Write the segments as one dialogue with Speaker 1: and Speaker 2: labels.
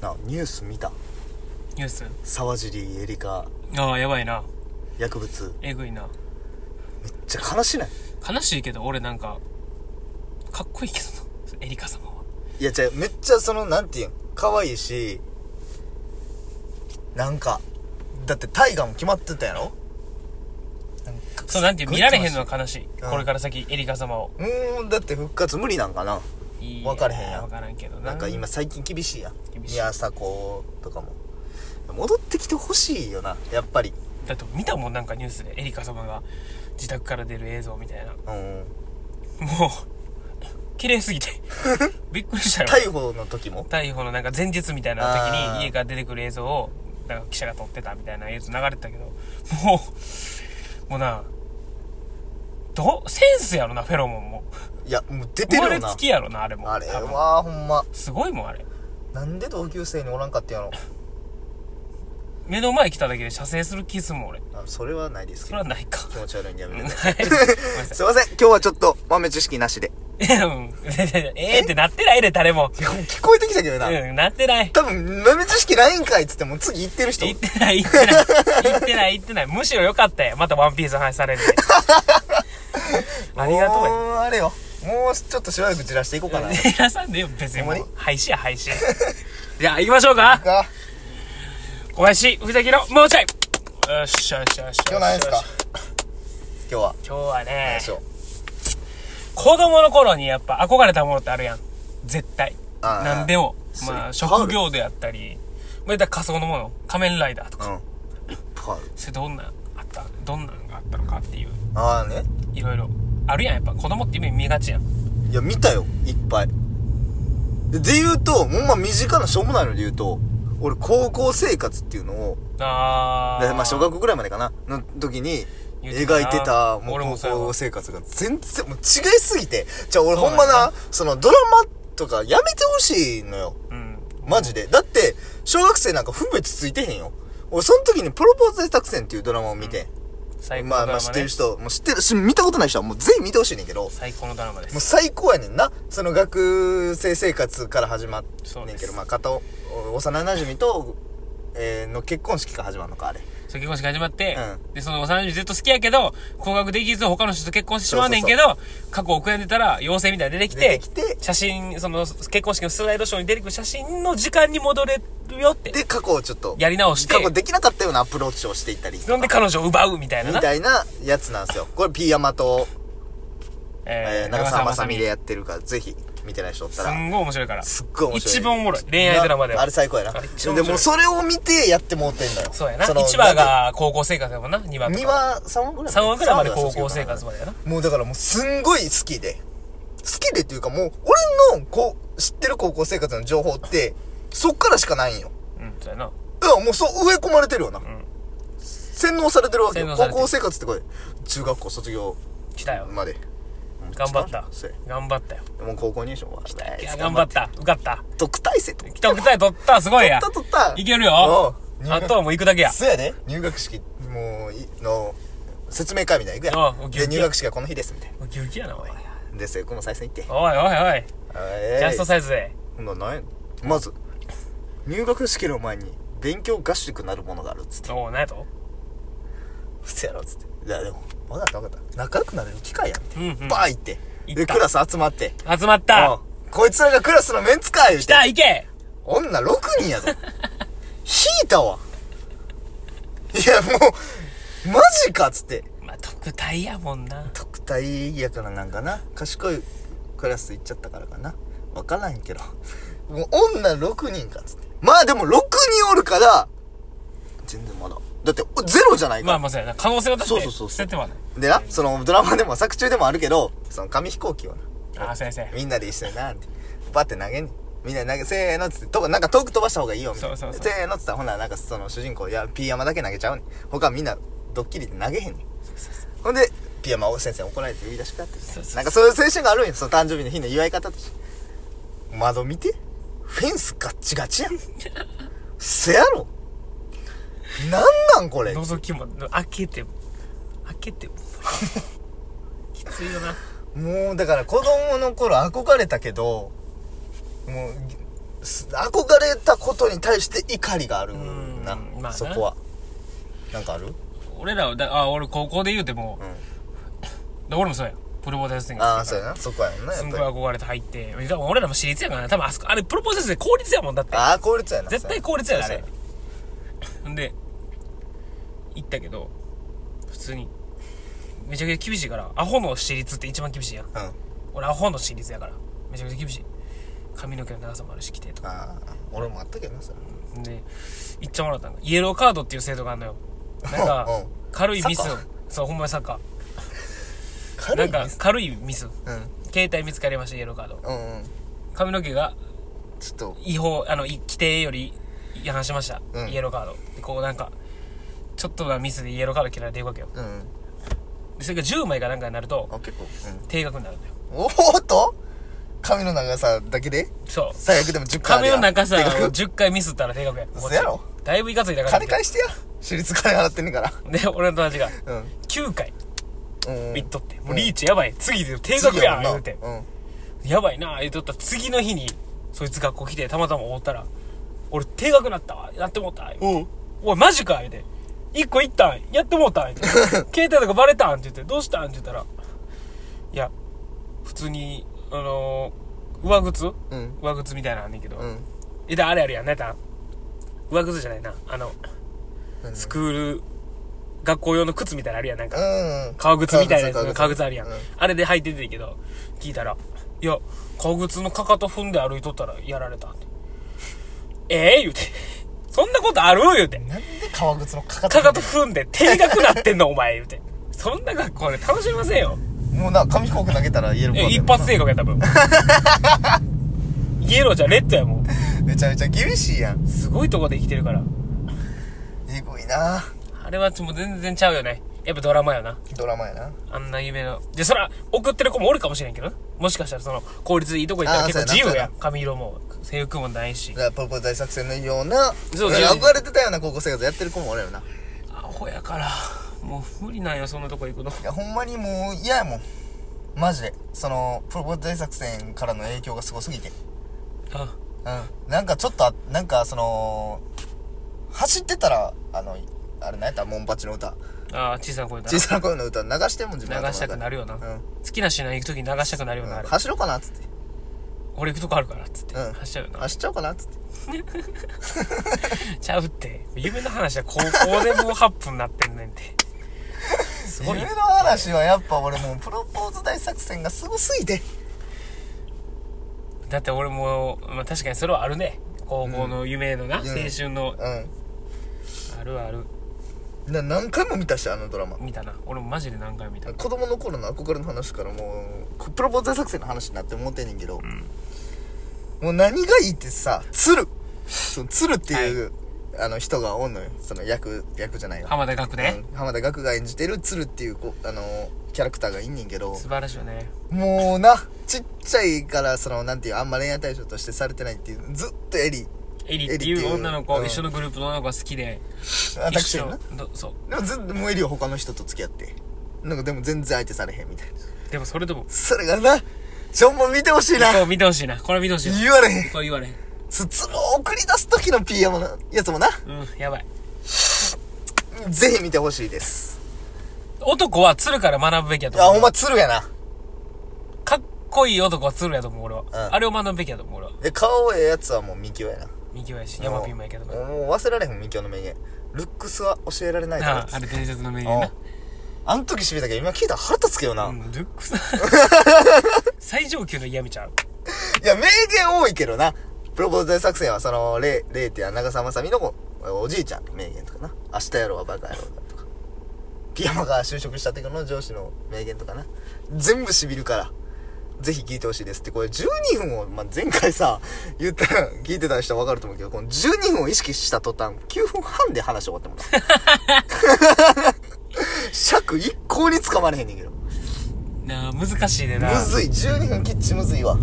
Speaker 1: なニュース見た
Speaker 2: ニュース
Speaker 1: 沢尻エリカ
Speaker 2: ああやばいな
Speaker 1: 薬物
Speaker 2: えぐいな
Speaker 1: めっちゃ悲しない
Speaker 2: 悲しいけど俺なんかかっこいいけどなエリカ様はい
Speaker 1: やじゃめっちゃそのなんていうん可愛いしなんかだって大河も決まってたやろなんか
Speaker 2: そうなんていう見られへんの
Speaker 1: すっ
Speaker 2: は悲しい、
Speaker 1: うん
Speaker 2: これから先エリカ様を
Speaker 1: ごい悲しいうーんだって復活無理なんかない
Speaker 2: い
Speaker 1: 分かれへんやん
Speaker 2: 分からんけどな
Speaker 1: なんか今最近厳しいやん
Speaker 2: 厳しい
Speaker 1: 宮迫とかも戻ってきてほしいよなやっぱり
Speaker 2: だと見たもんなんかニュースでエリカ様が自宅から出る映像みたいな
Speaker 1: うん
Speaker 2: もう 綺麗すぎて びっくりしたよ
Speaker 1: 逮捕の時も
Speaker 2: 逮捕のなんか前日みたいな時
Speaker 1: あ
Speaker 2: に
Speaker 1: ー
Speaker 2: 家から出てくる映像をなんか記者が撮ってたみたいな映像流れてたけどもうもうなどセンスやろなフェロモンも
Speaker 1: いやもう出て
Speaker 2: 生ま
Speaker 1: る
Speaker 2: れ
Speaker 1: よな
Speaker 2: つきやろなあれも
Speaker 1: あれ
Speaker 2: 多分
Speaker 1: はほんます
Speaker 2: ごいもんあれ
Speaker 1: なんで同級生におらんかったんやろ
Speaker 2: 目の前来ただけで射精する気すんもん俺
Speaker 1: あそれはないです
Speaker 2: そ
Speaker 1: け
Speaker 2: れ
Speaker 1: ど
Speaker 2: はないか
Speaker 1: 気持ち悪いんでやめ
Speaker 2: う
Speaker 1: て
Speaker 2: ん
Speaker 1: ください
Speaker 2: ないごめんなさ
Speaker 1: すいません今日はちょっと豆知識なしで
Speaker 2: いいやうんええってなってないで誰も
Speaker 1: いやもう聞こえてきたけどな、
Speaker 2: うんなってない
Speaker 1: 多分豆知識ないんかいっつってもう次行ってる人
Speaker 2: 言ってない言ってない言ってない言ってないむしろ良かったよまたワンピースの話される んでありがとうよ
Speaker 1: もうあれよもうちょっとしばらく散らしていこうかな行
Speaker 2: 皆さんでよ別にも
Speaker 1: ほん
Speaker 2: う
Speaker 1: ま
Speaker 2: 廃止や廃止 じゃあ行きましょうか
Speaker 1: くか
Speaker 2: 小林藤崎のもうちょいよっしゃよっしゃよっしゃ
Speaker 1: 今日何です
Speaker 2: よっ
Speaker 1: か
Speaker 2: しゃ
Speaker 1: 今日は
Speaker 2: 今日は
Speaker 1: 何
Speaker 2: ね
Speaker 1: でしょう
Speaker 2: 子供の頃にやっぱ憧れたものってあるやん絶対
Speaker 1: あー
Speaker 2: 何でも
Speaker 1: そう
Speaker 2: まあ
Speaker 1: いっぱいある
Speaker 2: 職業であったりまあ言ったら仮想のもの仮面ライダーとか
Speaker 1: うんいっぱいある
Speaker 2: それどんなんあったどんなんがあったのかっていう
Speaker 1: ああね
Speaker 2: いろいろあるやんやっぱ子供って夢見がちやん
Speaker 1: いや見たよいっぱいで言うともうまあ身近なしょうもないので言うと俺高校生活っていうのを
Speaker 2: あ
Speaker 1: だか
Speaker 2: ー
Speaker 1: らまあ小学校ぐらいまでかなの時に
Speaker 2: 言ってた
Speaker 1: 描
Speaker 2: ない
Speaker 1: てたもう
Speaker 2: 俺もそうやわ
Speaker 1: 高校生活が全然もう違いすぎてじゃあ俺
Speaker 2: そう
Speaker 1: ほ
Speaker 2: なん
Speaker 1: んま
Speaker 2: や
Speaker 1: なそのドラマとかやめてほしいのよ
Speaker 2: うん
Speaker 1: マジでだって小学生なんか分別ついてへんよ俺その時に「プロポーズ作戦」っていうドラマを見て、
Speaker 2: 最高の
Speaker 1: まあ
Speaker 2: ド
Speaker 1: ま
Speaker 2: ラ
Speaker 1: あ
Speaker 2: マ
Speaker 1: 知って
Speaker 2: ね
Speaker 1: る人もう知ってるし見たことない人はもうぜひ見てほしいねんけど
Speaker 2: 最高のドラマで
Speaker 1: もう
Speaker 2: す
Speaker 1: 最高やねんなその学生生活から始まっ
Speaker 2: そう
Speaker 1: ねん
Speaker 2: で
Speaker 1: けど
Speaker 2: す
Speaker 1: まあ片お幼馴染と、えーの結婚式から始まるのかあれ
Speaker 2: そう結婚式始まって、
Speaker 1: う
Speaker 2: でその幼馴染ずっと好きやけど高額できず他の人と結婚してしまうねんけど過去遅れてたら妖精みたいなの出てき
Speaker 1: 出て
Speaker 2: て
Speaker 1: きて
Speaker 2: 写真その結婚式のスライドショーに出てくる写真の時間に戻れるよって
Speaker 1: で過去をちょっと
Speaker 2: やり直して
Speaker 1: 過去できなかったようなアプローチをしていったり
Speaker 2: なんで彼女を奪うみたいな
Speaker 1: み
Speaker 2: な
Speaker 1: たいなやつなんですよこれピーヤマと、えー、長澤まさみでやってるからぜひ見てない人おっ
Speaker 2: す
Speaker 1: たら
Speaker 2: んごい面白いから
Speaker 1: すっごい面白い
Speaker 2: 一番おもろい恋愛ドラマで
Speaker 1: なあ
Speaker 2: は
Speaker 1: れ最高やな
Speaker 2: あれ一番面白い
Speaker 1: でもうそれを見てやってもうてんのよ
Speaker 2: そうやな
Speaker 1: の
Speaker 2: 1話が高校生活やもんな2話と
Speaker 1: 2
Speaker 2: か
Speaker 1: 話3話ぐらい
Speaker 2: 3話ぐらいまで
Speaker 1: 三
Speaker 2: 高
Speaker 1: 卒業
Speaker 2: 校
Speaker 1: かな
Speaker 2: 生活までやな
Speaker 1: もうだからもうすんごい好きで。好きでっていうかもう、俺のこう、知ってる高校生活の情報って、そっからしかないんよ。
Speaker 2: うんそうやな
Speaker 1: だからもうそう、植え込まれてるよな。
Speaker 2: ん
Speaker 1: 洗脳されてるわけよ
Speaker 2: 洗。脳
Speaker 1: 高
Speaker 2: されてる
Speaker 1: 校生活ってこれ、中学校卒業
Speaker 2: 来たよ
Speaker 1: まで。
Speaker 2: 頑張った
Speaker 1: そうや
Speaker 2: 頑張ったよ
Speaker 1: もう高校入試は。
Speaker 2: いや頑張った受かった
Speaker 1: 特待生と。取
Speaker 2: 来た来た取ったすごいや
Speaker 1: った取った。
Speaker 2: いけるよ
Speaker 1: うん
Speaker 2: あとはもう行くだけや
Speaker 1: そうやね。入学式、もうい、の、説明会みたいな行く
Speaker 2: うん
Speaker 1: や
Speaker 2: オッ
Speaker 1: ん。
Speaker 2: ケーオッケ
Speaker 1: で、
Speaker 2: ー
Speaker 1: 入学式はこの日です、みたい
Speaker 2: ウキウキやなおい
Speaker 1: な。で、生後も再選行って。
Speaker 2: おいおいおい
Speaker 1: はい
Speaker 2: ジャストサイズで
Speaker 1: ほんならなんやまず入学式の前に勉強合宿なるものがあるっつって
Speaker 2: おお何やと
Speaker 1: 「そやろ」っつって「いやでも分かった分かった仲良くなれる機会や」みたい
Speaker 2: うんう
Speaker 1: な
Speaker 2: ん
Speaker 1: バー行って
Speaker 2: 行
Speaker 1: で
Speaker 2: った
Speaker 1: クラス集まって
Speaker 2: 集まっ
Speaker 1: 「
Speaker 2: た
Speaker 1: うんこいつらがクラスのメンツか」言う
Speaker 2: 来
Speaker 1: て
Speaker 2: た行け
Speaker 1: 女6人やぞ引いたわいやもうマジかっつって
Speaker 2: まあ特待やもんな
Speaker 1: 特待やからなんかな賢いクラス行っちゃったからかな分からんけどもう女6人かっつってまあでも6人おるから全然まだだっておゼロじゃないか
Speaker 2: ま
Speaker 1: ら、
Speaker 2: あまあそうやな可能性はだって
Speaker 1: そうそうそうそう
Speaker 2: 捨ててはない
Speaker 1: でなそのドラマでも作中でもあるけどその紙飛行機をな
Speaker 2: ああ先生
Speaker 1: みんなで一緒になってバッて投げんねんみんなで投げせーのっつってとかなんか遠く飛ばした方がいいよみたいな
Speaker 2: そうそうそう
Speaker 1: せーのっつったらほんならなんかその主人公いやピーヤマだけ投げちゃうねん他みんなドッキリで投げへんねんほんでピーヤマを先生に怒られて呼び出しくなって
Speaker 2: そうそうそう
Speaker 1: なんかそういう青春があるんよその誕生日の日の祝い方として窓見てフェンスガッチガ チやんせやろなんなんこれ
Speaker 2: 覗きも開けても開け てもきついよな
Speaker 1: もうだから子供の頃憧れたけどもうす憧れたことに対して怒りがある
Speaker 2: ん
Speaker 1: な、
Speaker 2: まあな
Speaker 1: そこはなんかあるうん
Speaker 2: 俺らはだあ俺高校で言うても、で俺もそうやプロポーズ先生
Speaker 1: ああそうやなそこやもんなや
Speaker 2: す
Speaker 1: っ
Speaker 2: んごい
Speaker 1: ぱり
Speaker 2: 憧れて入っていや俺らも私立やからな多分あそこあれプロポーズ先生公立やもんだって
Speaker 1: ああ効率やな
Speaker 2: 絶対効率やであ
Speaker 1: そう
Speaker 2: れほ んで行ったけど普通にめちゃくちゃ厳しいからアホの私立って一番厳しいやん
Speaker 1: そうやうん
Speaker 2: 俺アホの私立やからめちゃくちゃ厳しい髪の毛の長さもあるし来てとか
Speaker 1: ああ俺もあったけどなそれ
Speaker 2: んで行っちゃもらったのイエローカードっていう制度があるのよなんか
Speaker 1: うんうん
Speaker 2: 軽いミス
Speaker 1: サッカ
Speaker 2: そうほんまにサッカー
Speaker 1: 軽
Speaker 2: ないんか
Speaker 1: です
Speaker 2: 軽いミス
Speaker 1: うん
Speaker 2: 携帯見つかりましたイエローカード
Speaker 1: うんうん
Speaker 2: 髪の毛が
Speaker 1: ちょっと
Speaker 2: 違法あのい規定より違反しました、
Speaker 1: うん
Speaker 2: イエローカードでこうなんかちょっとなミスでイエローカード切られていくわけよ
Speaker 1: うん
Speaker 2: でそれが10枚かなんかになると
Speaker 1: あ結構うん
Speaker 2: 定額になるんだよ
Speaker 1: おおっと髪の長さだけで
Speaker 2: そう
Speaker 1: 最悪でも10回ある
Speaker 2: 髪
Speaker 1: や
Speaker 2: の中さ
Speaker 1: てか
Speaker 2: 10回ミスったら定額や
Speaker 1: 嘘やろ
Speaker 2: こっちだいぶいかついだから
Speaker 1: 金返してや私立金払ってんねんから
Speaker 2: で俺の友達が
Speaker 1: うん
Speaker 2: 9回
Speaker 1: うん
Speaker 2: 行っとって、もうリーチやばい次で定額やん言うて
Speaker 1: 次もんな
Speaker 2: やばいな言うとったら次の日にそいつ学校来てたまたまおったら俺定額なったわやってもうた言う
Speaker 1: う
Speaker 2: て
Speaker 1: んうん
Speaker 2: おいマジか言うて1個いったんやってもうたん言 うて携帯とかバレたんって言ってどうしたんって言ったらいや普通にあのー上靴
Speaker 1: うん
Speaker 2: 上靴みたいなのあんねんけど、
Speaker 1: うん
Speaker 2: えだあれあるやんなんやったん上靴じゃないなあの
Speaker 1: 何
Speaker 2: スクール学校用の靴みたいなのあるやんなんか
Speaker 1: うん
Speaker 2: 革靴みたいなやつの革
Speaker 1: 革
Speaker 2: 靴あるやん、
Speaker 1: うん
Speaker 2: あれで履いててんけど聞いたら「いや革靴のかかと踏んで歩いとったらやられた」って「ええ言うて「そんなことある?」言うて
Speaker 1: なんで革靴のかか
Speaker 2: か
Speaker 1: と
Speaker 2: かと踏んで定額なってんのお前言うてそんな学校で楽しみませんよ
Speaker 1: もうな紙飛行機投げたら言えるもん
Speaker 2: え一発定額や多分 イエローじゃレッドやもん
Speaker 1: めちゃめちゃ厳しいやん
Speaker 2: すごいとこで生きてるから
Speaker 1: えぐいな
Speaker 2: あれはもう全然ちゃうよねやっぱドラマやな
Speaker 1: ドラマやな
Speaker 2: あんな夢のでそら送ってる子もおるかもしれんけどなもしかしたらその効率でいいとこ行った
Speaker 1: あ
Speaker 2: ら
Speaker 1: ー
Speaker 2: 結構
Speaker 1: そう
Speaker 2: 自
Speaker 1: やなそう
Speaker 2: 由や
Speaker 1: や
Speaker 2: ん髪色も制服もないし
Speaker 1: だからポルポ大作戦のような
Speaker 2: そう
Speaker 1: だから
Speaker 2: そう
Speaker 1: 憧れてたような高校生活やってる子もおるよな
Speaker 2: アホやからもう無理なんよそんなとこ行くの
Speaker 1: いやほんまにもう嫌やもんマジでそのプロポーズ大作戦からの影響がすごすぎて
Speaker 2: あ
Speaker 1: うんなんかちょっとあなんかその走ってたらあのあれ何やったモンパチの歌
Speaker 2: あー小さな声だ
Speaker 1: 小さな声の歌流してんもん自分の頭の中
Speaker 2: 流したくなるよな、
Speaker 1: うん
Speaker 2: 好きなシーン行く時に流したくなるよな、
Speaker 1: う
Speaker 2: あ
Speaker 1: ん
Speaker 2: れ
Speaker 1: 走ろうかなっつって
Speaker 2: 俺行くとこあるからっつって、
Speaker 1: うん
Speaker 2: 走っちゃうよな
Speaker 1: 走っちゃおうかなっつって
Speaker 2: ちゃうって夢の話は高校でもう8分なってんねんてすごい
Speaker 1: 夢の話はやっぱ俺もうプロポーズ大作戦がすごすぎて
Speaker 2: だって俺も、まあ、確かにそれはあるね高校の夢のな、
Speaker 1: ん
Speaker 2: 青春の、
Speaker 1: う
Speaker 2: あるある
Speaker 1: んな何回も見たしあのドラマ
Speaker 2: 見たな俺もマジで何回も見た
Speaker 1: 子供の頃の憧れの話からもうプロポーズ大作戦の話になって思ってんねんけど、もう何がいいってさ鶴その鶴っていう、あの人がおんのよその役役じゃないよ、
Speaker 2: 浜田学ね、
Speaker 1: うん浜田岳が演じてる鶴っていうこあのキャラクターがいんねんけど
Speaker 2: 素晴らしいよね
Speaker 1: もうなちっちゃいからそのなんていうあんま恋愛対象としてされてないっていうずっとエリ
Speaker 2: エリ
Speaker 1: エリ
Speaker 2: っ
Speaker 1: ってていう
Speaker 2: いう女の子、
Speaker 1: うん
Speaker 2: 一緒のグループの女の子が好きで
Speaker 1: 私
Speaker 2: 一
Speaker 1: よ
Speaker 2: 緒
Speaker 1: な
Speaker 2: どそ
Speaker 1: でもずっともうエリは他の人と付き合ってなんかでも全然相手されへんみたいな
Speaker 2: うでもそれでも
Speaker 1: それがなちょんも見てほしいな
Speaker 2: こう見てほしいなこれ見てほしい
Speaker 1: 言われへん
Speaker 2: こう言われへん
Speaker 1: つつを送り出す時の PM のやつもな
Speaker 2: うんやばい
Speaker 1: ぜひ見てほしいです
Speaker 2: 男は鶴から学ぶべきやと
Speaker 1: あ
Speaker 2: 思
Speaker 1: ほ
Speaker 2: うん
Speaker 1: ま鶴やな
Speaker 2: かっこいい男は鶴やと思う俺は、
Speaker 1: ん
Speaker 2: あれを学ぶべきやと思う俺は
Speaker 1: え顔ええやつはもうミキオやな
Speaker 2: 右親やし山ピンもやけど
Speaker 1: も
Speaker 2: な
Speaker 1: うもう忘れられへんミキオの名言ルックスは教えられないから
Speaker 2: あ
Speaker 1: っつ
Speaker 2: あ
Speaker 1: って
Speaker 2: れ伝説の名言
Speaker 1: あ
Speaker 2: な
Speaker 1: あん時しびたけど今聞いたら腹立つけどな、い
Speaker 2: うんルッ クス最上級の嫌味ちゃう
Speaker 1: や名言多いけどなプロポーズ大作戦はそのレイレイっていう長澤まさみのおおじいちゃんの名言とかな明日やろうはバカやろうだとかピアマが就職した時の上司の名言とかな全部しびるからぜひ聞いてほしいですってこれ12分を、まあ、前回さ言った聞いてた人は分かると思うけどこの12分を意識した途端9分半で話終わってもらった尺一向につかまれへんねんけど
Speaker 2: なあ難しいでな
Speaker 1: むずい12分キッチンむずいわ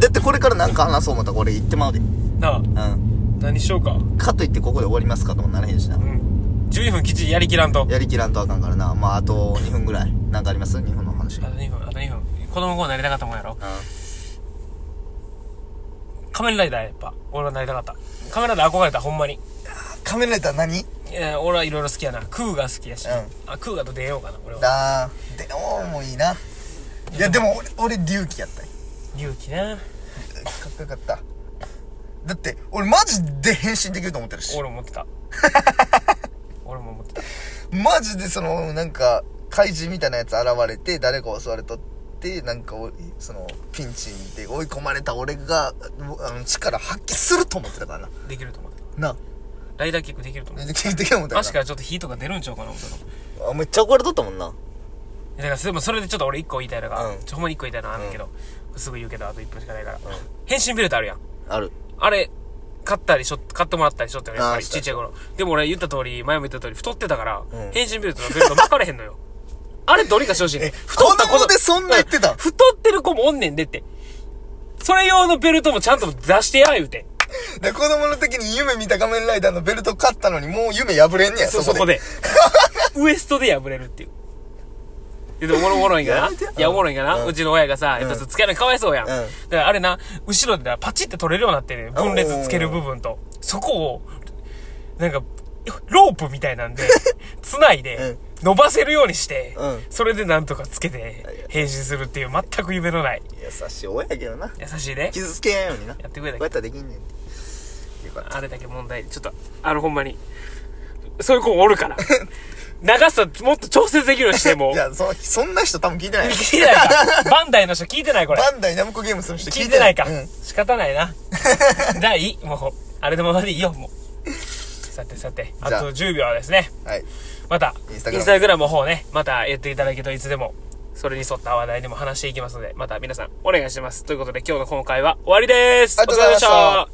Speaker 1: だってこれから何か話そう思ったら俺言ってまうでう
Speaker 2: なあ
Speaker 1: ん
Speaker 2: 何しようか
Speaker 1: かといってここで終わりますかともならへんしな
Speaker 2: うん12分きっちりやりきらんと
Speaker 1: やりきらんとあかんからなまああと2分ぐらい何かあります2分の話う
Speaker 2: あと2分あと2分子供の頃なりたかったもんやろ
Speaker 1: ん
Speaker 2: 仮面ライダーやっぱ、俺はなりたかった。仮面ライダー憧れた、ほんまに。
Speaker 1: 仮面ライダー何
Speaker 2: いや俺はいろいろ好きやな。クーが好きやし。
Speaker 1: うん
Speaker 2: あ、クーガと出ようかな、俺は。
Speaker 1: だーでおーもいいないやでも俺俺龍騎やったんよ
Speaker 2: 勇気な。
Speaker 1: かっこよかっただって俺マジで変身できると思ってるし
Speaker 2: 俺も持っ てた。俺も持ってた。
Speaker 1: マジでそのなんか怪人みたいなやつ現れて誰か襲われとってなんかおそのピンチで追い込まれた俺があの力発揮すると思ってたからな
Speaker 2: できると思って
Speaker 1: な
Speaker 2: た。ライダーキックできると思
Speaker 1: あ
Speaker 2: っ
Speaker 1: 聞いてきたもん
Speaker 2: た。
Speaker 1: だ
Speaker 2: 足か
Speaker 1: から
Speaker 2: ちょっと火とか出るんちゃうかな、思ってた。
Speaker 1: らあめっちゃ憧れとったもんな
Speaker 2: だからでもそれでちょっと俺一個言いたいのが、
Speaker 1: うん
Speaker 2: ちょほんまに一個言いたいのあるけど、すぐ言うけどあと1分しかないから、変身ベルトあるやん
Speaker 1: ある
Speaker 2: あれ買ったりしょ買ってもらったりしょってのやっぱり
Speaker 1: あー
Speaker 2: ちっちゃい頃でも俺言った通り前も言った通り太ってたから、
Speaker 1: うん
Speaker 2: 変身ベルトのベルト巻かれへんのよあれどうにかしてほしいね
Speaker 1: え
Speaker 2: 太った
Speaker 1: 子供でそんな言ってた
Speaker 2: う太ってる子もおんねんでってそれ用のベルトもちゃんと出してや言うて
Speaker 1: で子供の時に夢見た仮面ライダーのベルト買ったのにもう夢破れんねや
Speaker 2: そう
Speaker 1: そ
Speaker 2: そ
Speaker 1: こ
Speaker 2: こ
Speaker 1: で
Speaker 2: で ウエストで破れるっていういやでもおもろおもろいんかな
Speaker 1: やめて
Speaker 2: いやおもろいんかな、うちの親がさ、やっぱつけないかわいそうやん、
Speaker 1: ん
Speaker 2: だからあれな後ろでなパチって取れるようになってる分裂つける部分とそこをなんかロープみたいなん で繋いで伸ばせるようにして、
Speaker 1: うん
Speaker 2: それでなんとかつけて変身するっていう全く夢のない
Speaker 1: 優しい親やけどな
Speaker 2: 優しいね
Speaker 1: 傷つけんようにな
Speaker 2: やってくれた
Speaker 1: こうやっ
Speaker 2: けど
Speaker 1: たらできんねんよかった
Speaker 2: あれだけ問題ちょっとあのほんまにそういう子もおるから 長さもっと調節できるようにしても
Speaker 1: いやそそんな人多分聞いて ない
Speaker 2: 聞いてないか。 バンダイの人聞いてないこれ。
Speaker 1: バンダイナムコゲームする人
Speaker 2: 聞いてないか。
Speaker 1: うん
Speaker 2: 仕方ない な。じゃあいい。もう、あれのままでいいよ、もう。さてさて、あ
Speaker 1: じゃあ
Speaker 2: と10秒はですね。
Speaker 1: はい
Speaker 2: また、
Speaker 1: イ
Speaker 2: イ
Speaker 1: ン
Speaker 2: ン
Speaker 1: スタグラム
Speaker 2: スタグラムの方ね、また言っていただけるといつでも、それに沿った話題でも話していきますので、また皆さんお願いします。ということで今日の今回は終わりです。
Speaker 1: ありがとうございました
Speaker 2: お疲れ様で